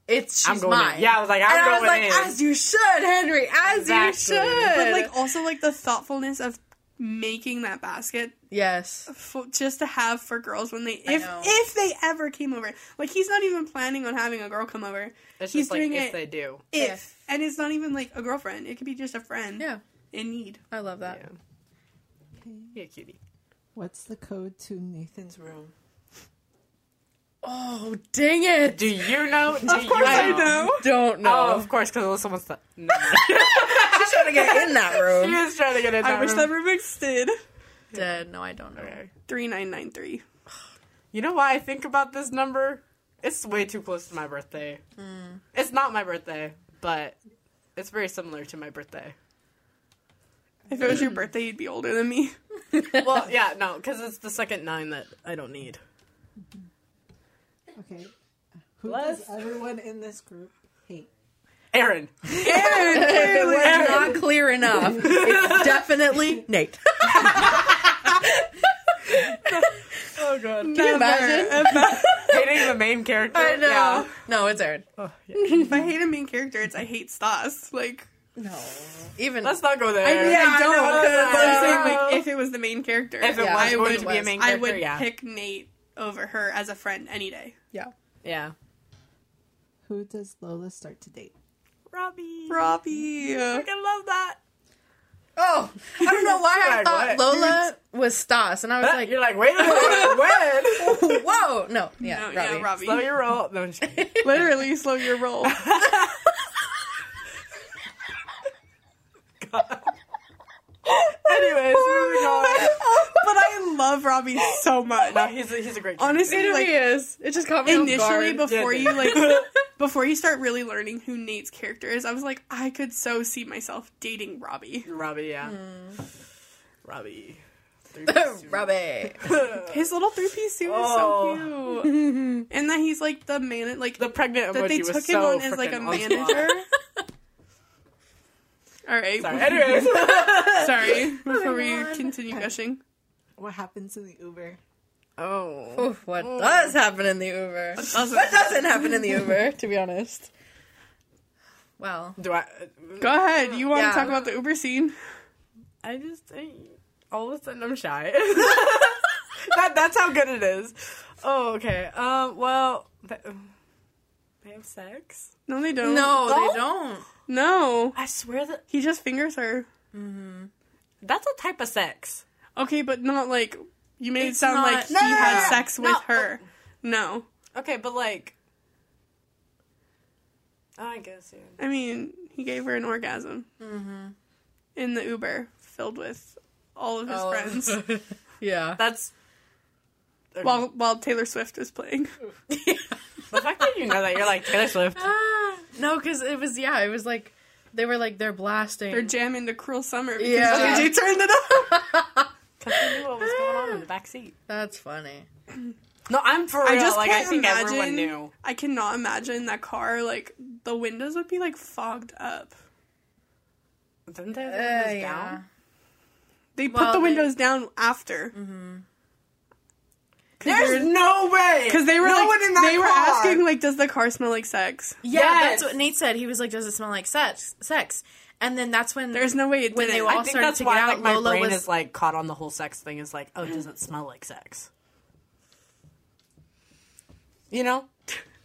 it's she's
I'm going in.
mine."
Yeah, I was like, I'm
and I was
going
like,
in.
"As you should, Henry. As
Exactly.
you should."
but like also like the thoughtfulness of making that basket
yes,
f- just to have for girls when they if
know.
if they ever came over. Like he's not even planning on having a girl come over.
It's
he's
just like
doing
if
it-
they do.
If
If.
and it's not even like a girlfriend. It could be just a friend
yeah,
in need.
I love
Uh,
that.
Yeah.
Okay.
yeah, cutie.
What's the code to Nathan's room?
Oh, dang it!
Do you know? Do
Of course
you
I know.
Don't
Oh,
know.
of course, because it was someone's. Th- no.
she's trying to get in that
he
room.
was trying to get in.
I wish
room.
that room existed.
Dead. No, I don't know.
Okay.
Three nine nine three.
You know why I think about this number? It's way too close to my birthday.
Hmm.
It's not my birthday, but it's very similar to my birthday.
If it was
Mm.
your birthday, you'd be older than me.
Well, yeah, no, because it's the second nine that I don't need.
Okay. Who
Bless.
does everyone in this group hate?
Aaron.
It was not clear enough. It's definitely Nate.
Oh god.
Can you imagine?
Hating the main character.
I know.
Yeah.
No, it's Aaron.
if I hate a main character, it's I hate Stas. Like
No. Even
Let's not go there.
I mean, I don't.
know,
but I'm saying,
no.
like, if it was the main character,
if it
Yeah,
was
I
going
would-
to be a main
I
character,
would
yeah.
pick Nate over her as a friend any day.
yeah.
yeah.
Who does Lola start to date?
Robbie.
Robbie.
I love that.
Oh, I don't know why I
Like,
thought
what?
Lola was Stas, and I was like,
You're like, wait a minute, when?
whoa, no, yeah,
No,
Robbie.
Oh, yeah, Robbie.
Slow your roll. No, I'm just kidding.
Literally, slow your roll.
Anyways, moving on.
but I love Robbie so much.
No, he's a, he's a great character.
Honestly,
It
like
is. It just caught me
initially
off guard.
before
Yeah,
you like before you start really learning who Nate's character is, I was like, I could so see myself dating Robbie.
Robbie, yeah.
Hmm.
Robbie.
Robbie.
His little three piece suit
Oh.
is so cute, and that he's like the man, like
The pregnant emoji
that they
was
took him
so
on as like a
freaking awesome.
manager. All right,
Sorry. Anyways,
sorry. Before we
on.
continue gushing,
What happens in the Uber?
oh,
Oof, what does happen in the Uber? What
doesn't-
doesn't happen in the Uber? To be honest. Well,
do I?
go ahead. You want
Yeah.
to talk about the Uber scene?
I just I, all of a sudden I'm shy. that that's how good it is. Oh, okay. Um, well, th- they have sex.
No, they don't.
no,
Don't?
they don't.
no.
I swear that
He just fingers her.
that's a type of sex.
Okay, but not like you made it
It's
sound
not-
like he
No, no, no,
had
no,
sex
no.
with her. No,
Okay, but like, oh, I guess yeah.
I mean he gave her an orgasm. in the Uber filled with all of his
Oh.
All of-
friends
Yeah.
That's
while while Taylor Swift was playing.
the fact that you know that you're like Taylor Swift.
Ah, no, because it was yeah, it was like they were like they're blasting.
They're jamming to Cruel Summer because
Yeah.
did you turn it up?
Because they knew what was going on in the back seat.
That's funny.
No, I'm for real.
I just
uh, like
can't
I think
imagine.
everyone knew.
I cannot imagine that car. Like the windows would be like fogged up.
Didn't they?
Uh,
have the windows
yeah.
down?
They put
Well,
the
they-
windows down after.
Mm-hmm. There's no way.
Because they were
no
like,
one in that
they were
car.
asking like, does the car smell like sex?
Yeah,
Yes.
that's what Nate said. He was like, "Does it smell like sex?" Sex, and then that's when
There's no way it
When they
didn't.
all
I think
started
that's
to
why
get out.
like my
Lola
brain
was-
is like caught on the whole sex thing. Is like, oh, it doesn't smell like sex. You know,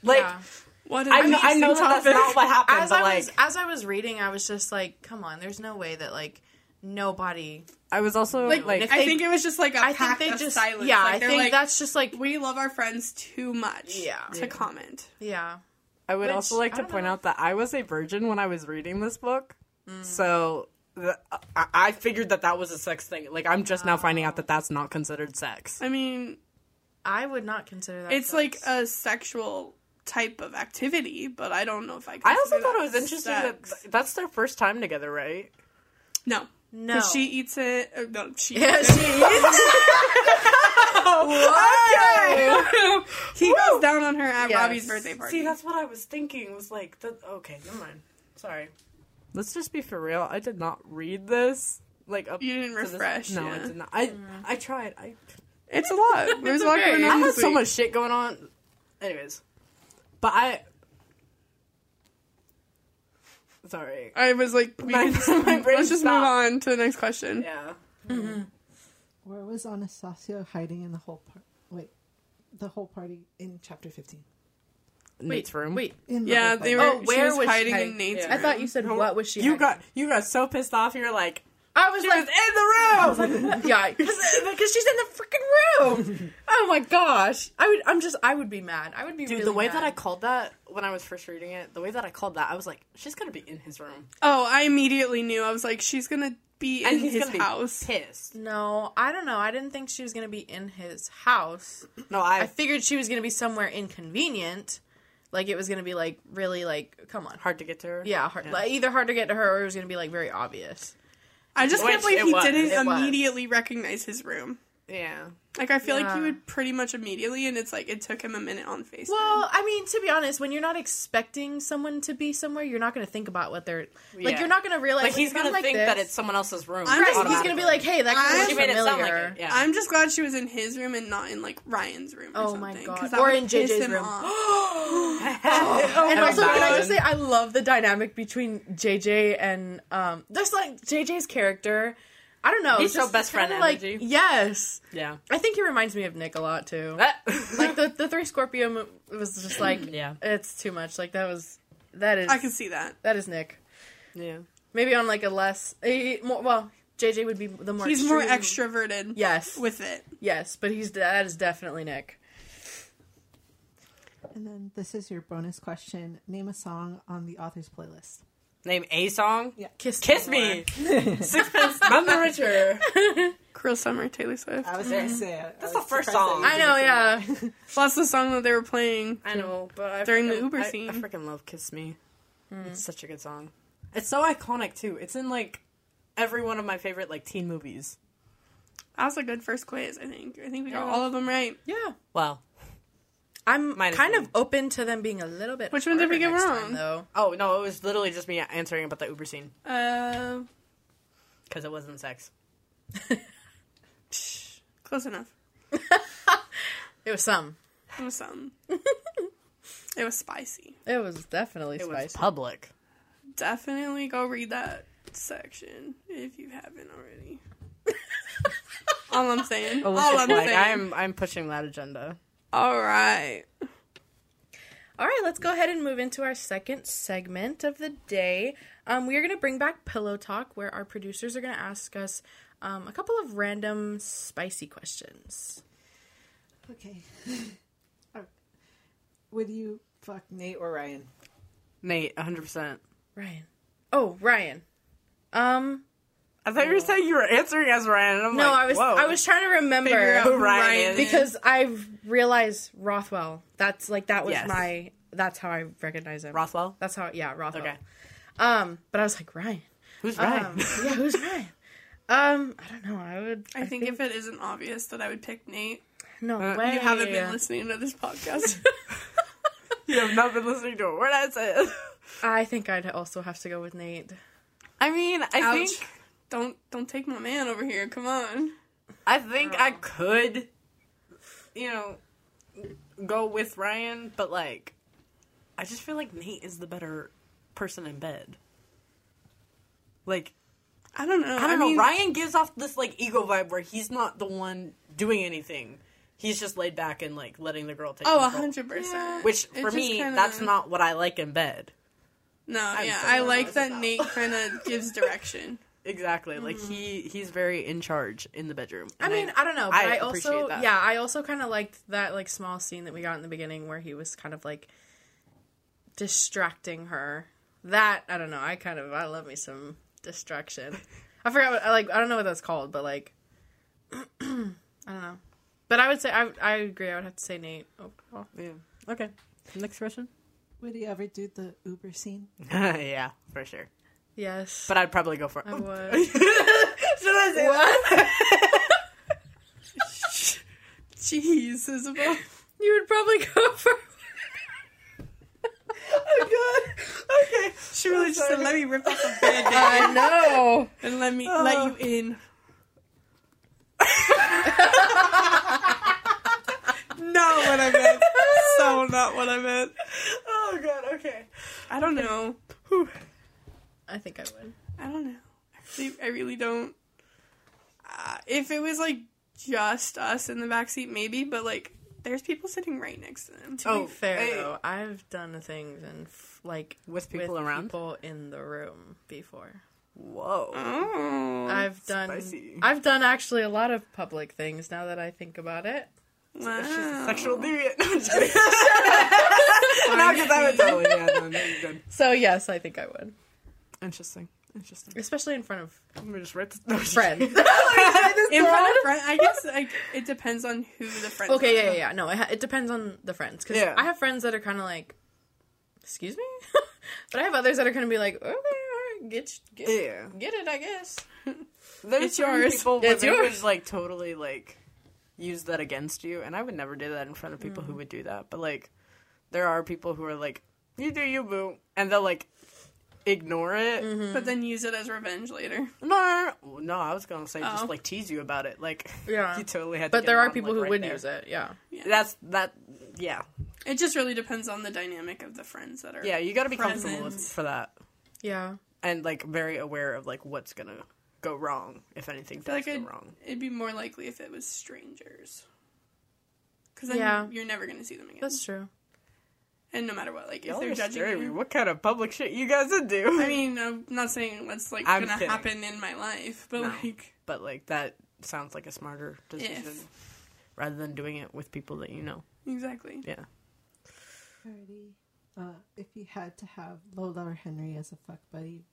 like
Yeah.
What
I know, I know that that's not what happened,
as
but
I
like
was as I was reading, I was just like, "Come on, there's no way that like nobody."
I was also
Like,
like,
if
I
they-
think it was just like a
I think
pact
they
of
just
silence.
yeah.
Like,
I
they're
think
like,
that's just like
we love our friends too much.
Yeah.
to
Yeah.
comment.
yeah.
I would
which,
also like
I
to
don't
point
know.
out that I was a virgin when I was reading this book, so the, I, I figured that that was a sex thing. Like I'm just now finding out that that's not considered sex.
I mean,
I would not consider that.
it's
sex.
like a sexual type of activity, but I don't know if I.
I also
consider
thought it
that
was interesting that
sex.
th- that's their first time together, right?
no,
no.
because she eats it. Or, no, she.
yeah, she is.
he goes down on her at
Yes.
Robbie's birthday party.
See, that's what I was thinking. Was like, the, okay, never mind. Sorry. Let's just be for real. I did not read this. Like up
You didn't
to this-
refresh,
No, I
yeah.
did not. I I tried. I
it's a lot. There's a lot
okay.
going
I
on.
had
this
so
week.
much shit going on. Anyways, but I. Sorry.
I was like, we
My-
can just,
my brain
let's just move
stopped.
on to the next question.
Yeah.
Where was Anastasia hiding in the whole part? Wait, the whole party in chapter fifteen.
Nate's room.
Wait,
In the
Yeah,
whole
they
party.
were.
Oh,
she
where
was,
was she
hiding in
hiding?
Nate's.
Yeah.
I thought you said what was she?
You
hiding?
got you got so pissed off. You're like,
I was
she was
like,
in the room.
yeah, uh, because she's in the freaking room. Oh my gosh, I would. I'm just. I would be mad. I would be.
Dude,
really
the way that I
mad.
called that when I was first reading it, the way that I called that, I was like, she's gonna be in his room,
Oh, I immediately knew. I was like, she's gonna be in
he's
his
gonna Mm. be
house.
pissed.
No, I don't know. I didn't think she was gonna be in his house.
No, I,
I figured she was gonna be somewhere inconvenient. Like it was gonna be like really like come on.
hard to get to her.
Yeah, hard, Like, either hard to get to her or it was gonna be like very obvious.
I just can't
Which
believe
it
he
was.
didn't
It was.
immediately recognize his room.
yeah.
Like I feel like he
Yeah.
would pretty much immediately, and it's like it took him a minute on Facebook.
Well, I mean, to be honest, when you're not expecting someone to be somewhere, you're not gonna think about what they're like.
Yeah.
You're not gonna realize
Like he's
something
gonna
like
think
this.
that it's someone else's room.
I'm
Right,
just-
he's gonna be like, hey, that
I-
guy
She
looks
made it
familiar.
sound like it, yeah.
I'm just glad she was in his room and not in like Ryan's room. Or
Oh
something,
my
'cause
god!
that
Or
would
in
piss
JJ's
him
room.
off.
and also, can I
God.
just say, I love the dynamic between JJ and um, just like JJ's character. I don't know.
He's so
just
best
kinda
friend
like,
energy.
Yes,
yeah.
I think he reminds me of Nick a lot too. like the the three Scorpio mo- was just like,
Yeah.
it's too much. Like that was that is
I can see that.
that is Nick.
yeah.
Maybe on like a less eh, more, well, JJ would be the more
He's more
extreme-
extroverted.
Yes,
with it.
yes, but he's that is definitely Nick.
And then this is your bonus question. Name a song on the author's playlist.
Name a song.
Kiss
Kiss me. Sixpence. None the richer.
Cruel Summer, Taylor Swift.
was gonna say
That's the first song.
I know, yeah.
That's the song that they were playing.
I know, but I
During the
freaking-
Uber
I-
scene.
I freaking love "Kiss Me." It's such a good song. Mm. It's so iconic too. It's in like every one of my favorite like teen movies.
That was a good first quiz. I think. I think we got all of them right.
Yeah.
Wow.
I'm
Minus
kind
one.
of open to them being a little bit.
Which one did we
harder
get
next
wrong?
time, though?
Oh no, it was literally just me answering about the Uber scene
Uh,
because it wasn't sex.
close enough.
It was some.
It was something. it was spicy.
It was definitely
It was
spicy.
public.
Definitely go read that section if you haven't already. all I'm saying. All I'm
Oh, like
saying.
I'm I'm pushing that agenda.
All right.
All right, let's go ahead and move into our second segment of the day. Um, we are going to bring back Pillow Talk, where our producers are going to ask us um, a couple of random spicy questions.
Okay. Would you fuck Nate or Ryan?
Nate, 100. percent
Ryan. Oh, Ryan. Um,
I thought you were saying you were answering as Ryan. And I'm
No,
like,
I was
Whoa.
I was trying to remember
Figure out who Ryan is.
because I've realized Rothwell. That's like that was
Yes.
my that's how I recognize him.
Rothwell?
That's how yeah, Rothwell.
Okay.
Um, but I was like Ryan.
Who's
Um,
Ryan?
yeah, who's Ryan? Um, I don't know. I uh, would
I think if it isn't obvious that I would pick Nate,
no way.
you haven't been listening to this podcast.
you have not been listening to a word I said.
I think I'd also have to go with Nate.
I mean, I
Ouch.
think
Don't don't take my man over here. Come on.
I think I could, you know, go with Ryan, but like, I just feel like Nate is the better person in bed. Like,
I don't know.
I don't
mean,
know. Ryan gives off this like ego vibe where he's not the one doing anything. He's just laid back and like letting the girl take.
Oh,
control.
hundred percent.
Which for me, that's not what I like in bed.
No, yeah,
so
I
nervous
like that
about-
Nate kind of gives direction.
Exactly. Like
Mm-hmm.
he he's very in charge in the bedroom.
I
and
mean, I don't know, but
I
I,
appreciate
also
that.
yeah, I also kind of liked that like small scene that we got in the beginning where he was kind of like distracting her. That I don't know. I kind of I love me some distraction. I forgot what I like. I don't know what that's called, but like I don't know. But I would say I I agree. I would have to say Nate. Oh, well.
yeah. Okay. Next question.
Would he ever do the Uber scene?
yeah, for sure.
Yes,
But I'd probably go for.
I would.
Should I say
what?
Jeez, Isabel.
You would probably go for.
Okay.
She really just said, "Let me rip off the bed
I know.
and let
Oh.
me let you in." not what I meant. So not what I meant.
Oh god. Okay.
I don't know.
I think I would.
I don't know. I really, I really don't. Uh, if it was like just us in the backseat, maybe. But like, there's people sitting right next to them.
To
Oh,
be fair
hey.
though, I've done things and f- like
With people around?
people in the room before.
Whoa.
Oh,
I've done.
spicy.
I've done actually a lot of public things. Now that I think about it,
wow.
Oh.
Sexual deviant. No, I'm just kidding. No, 'cause I would totally. Yeah, no, no, you're good.
so yes, I think I would,
Interesting. Interesting.
especially in front of
Let me just write this. No,
friends.
in front of friend, I guess like it depends on who the friend.
okay, yeah, yeah, yeah. No, it, ha- it depends on the friends because
Yeah.
I have friends that are kind of like, excuse me, but I have others that are gonna be like, okay, all right, get get,
Yeah.
get it, I guess.
There's
It's
certain
yours.
people
It's
where they
yours.
would like totally like use that against you, and I would never do that in front of people
Mm.
who would do that. But like, there are people who are like, "You do you, boo," and they'll like ignore it.
Mm-hmm.
but then use it as revenge later.
No, no, no, no, I was gonna say
Oh.
just like tease you about it. Like,
Yeah.
you totally had. to
But
get
there
it
are
on,
people
like,
who
right
would
there.
use it. Yeah.
That's that. Yeah,
It just really depends on the dynamic of the friends that are.
yeah. You got to be comfortable with,
Presence.
for that,
Yeah.
and like very aware of like what's gonna go wrong if anything
I
does
feel like
go
it'd,
wrong.
it'd be more likely if it was strangers. Because then
Yeah.
you're never going to see them again.
That's true.
and no matter what, like, if
Y'all
they're
are
judging
scary.
you.
What kind of public shit you guys would do?
I mean, I'm not saying that's, like,
I'm
going to
kidding.
happen in my life, but,
No.
like,
but like that sounds like a smarter decision rather than doing it with people that you know.
exactly.
Yeah.
Alrighty. Uh, if you had to have Lola or Henry as a fuck buddy,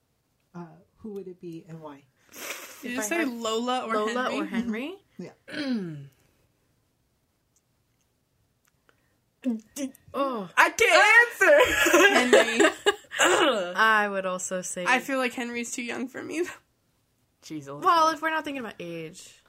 uh, who would it be and why?
Did
If
you
I
say
had
Lola or
Lola
Henry?
or Henry?
Yeah.
Oh,
I can't answer.
Henry.
I would also say.
I feel like Henry's too young for me.
Jesus.
well, if we're not thinking about age,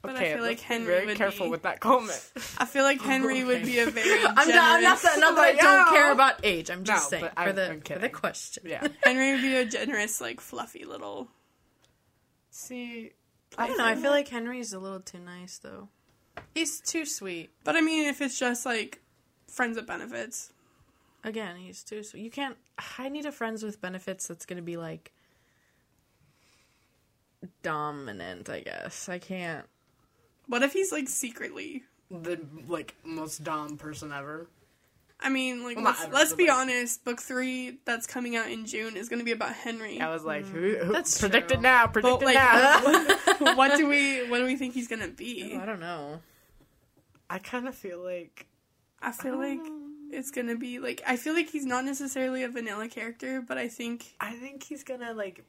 but I feel like
let's be
Henry
very
would
careful
be-
with that comment.
I feel like Henry would be a very
I'm
generous...
not, I'm not, that, not that I
Like,
don't
no.
care about age. I'm just
No,
saying
but
for
I-
the
I'm
for the
kidding.
question.
yeah.
Henry would be a generous, like, fluffy little...
See,
I don't know. I feel like Henry's a little too nice though. He's too sweet.
But, I mean, if it's just, like, friends with benefits...
Again, he's too sweet. You can't. I need a friends with benefits that's gonna be like dominant. I guess I can't.
What if he's, like, secretly
the like most dom person ever.
I mean, like,
Well, not
let's,
ever,
let's
but,
be
like-
honest. Book three that's coming out in June is going to be about Henry.
I was like, who, who
That's
predict
true.
it now, predict
Mm. But
it
like,
now.
what, what do we what do we think he's going to be?
I don't know.
I kind of feel like
I feel like it's going to be like I feel like he's not necessarily a vanilla character, but I think
I think he's gonna like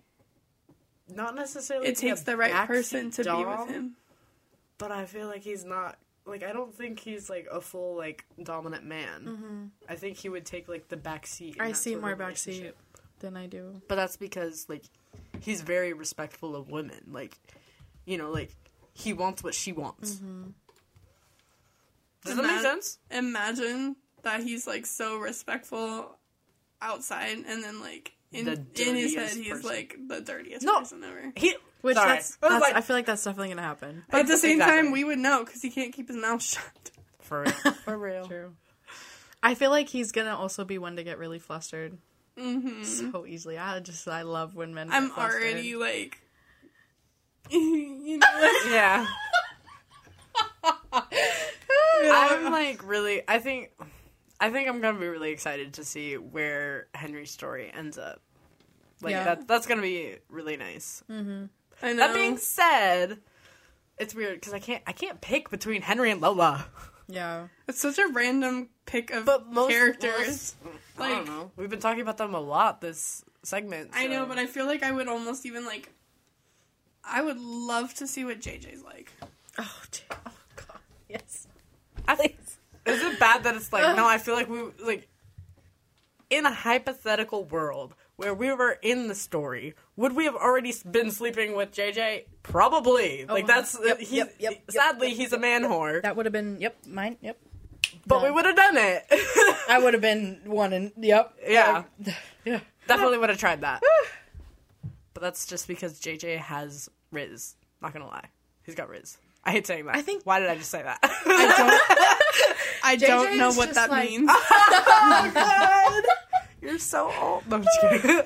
not necessarily.
It
be a
takes the right
backseat
person to be
dom,
with him.
But I feel like he's not. Like I don't think he's like a full like dominant man. I think he would take like the back seat. in
I
that
see
sort of
more backseat
relationship.
than I do.
But that's because like he's very respectful of women. Like you know, like he wants what she wants. Does that make
Ima-
sense?
Imagine that he's like so respectful outside, and then like in
The
in his head
dirtiest
he's
person.
like the dirtiest
No.
person ever.
He
Which
Sorry.
that's,
I was
that's
like-
I feel like that's definitely gonna happen.
But at the same
Exactly.
time, we would know because he can't keep his mouth shut.
for real.
For real. True. I feel like he's gonna also be one to get really flustered
Mm-hmm.
hmm
so easily. I just I love when men.
I'm
get flustered.
already like, you know, like,
yeah. I'm like really. I think, I think I'm gonna be really excited to see where Henry's story ends up. Like
Yeah.
that, that's gonna be really nice.
I know.
That being said, it's weird because I can't, I can't pick between Henry and Lola.
Yeah.
it's such a random pick of
But most
characters.
I don't
like,
know. We've been talking about them a lot this segment.
I know,
so-
but I feel like I would almost even like. I would love to see what JJ's like.
Oh, j- oh God. Yes.
I think is it bad that it's like no? I feel like we like in a hypothetical world where we were in the story, would we have already s- been sleeping with JJ? Probably. like that's
Oh, yep,
he's,
yep, yep, yep,
sadly he's a man whore,
That would have been yep. Mine yep.
but we
no.
would have done it.
I would have been one and yep.
yeah,
Yeah.
definitely would have tried that. but that's just because JJ has Riz. Not gonna lie, he's got Riz. I hate saying that.
I think-
Why did I just say that?
I don't know
is
what
just
that
like-
ah!
means.
You're so old. No, I'm just kidding.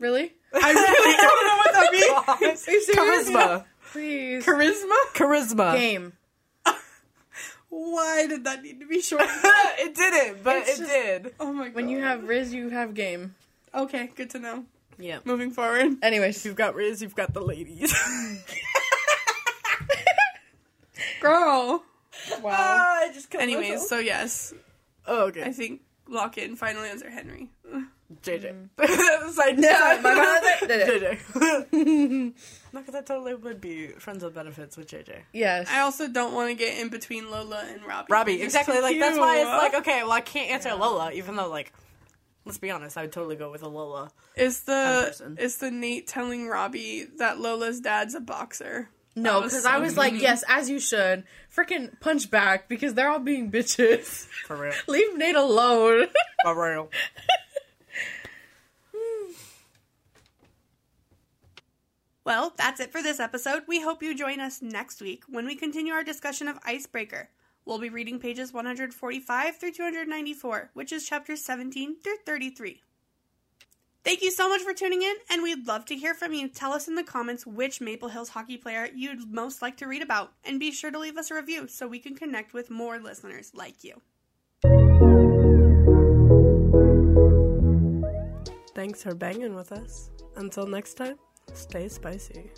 Really?
I really don't know what that means.
Charisma.
Please.
Charisma? Charisma.
Game.
Why did that need to be short?
it didn't, but
It's
it
just-
did.
Oh my god.
When you have Riz, you have game.
okay, good to know.
Yeah.
Moving forward.
Anyways,
You've got Riz, you've got the ladies.
Girl.
wow.
Oh, I just killed
Anyways,
myself.
so yes, I
Oh, okay.
think lock in finally answer Henry.
JJ. Side Mm. no,
my bad.
JJ. Not because I totally would be friends with benefits with JJ.
Yes.
I also don't want to get in between Lola and Robbie.
Robbie,
They're
exactly.
so
Like that's
cute.
why it's like okay. Well, I can't answer Lola, even though like, let's be honest, I would totally go with a Lola.
Is
Kind of
the
person.
is the Nate telling Robbie that Lola's dad's a boxer?
no,
that was
because
so
I was like, yes, as you should. Freaking punch back because they're all being bitches.
For real.
Leave Nate alone.
For real.
Well, that's it for this episode. We hope you join us next week when we continue our discussion of Icebreaker. We'll be reading pages 145 through 294, which is chapters 17 through 33. Thank you so much for tuning in, and we'd love to hear from you. Tell us in the comments which Maple Hills hockey player you'd most like to read about, and be sure to leave us a review so we can connect with more listeners like you.
Thanks for banging with us. Until next time, stay spicy.